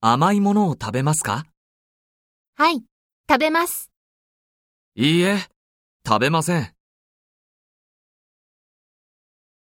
甘いものを食べますかはい、食べます。いいえ、食べません。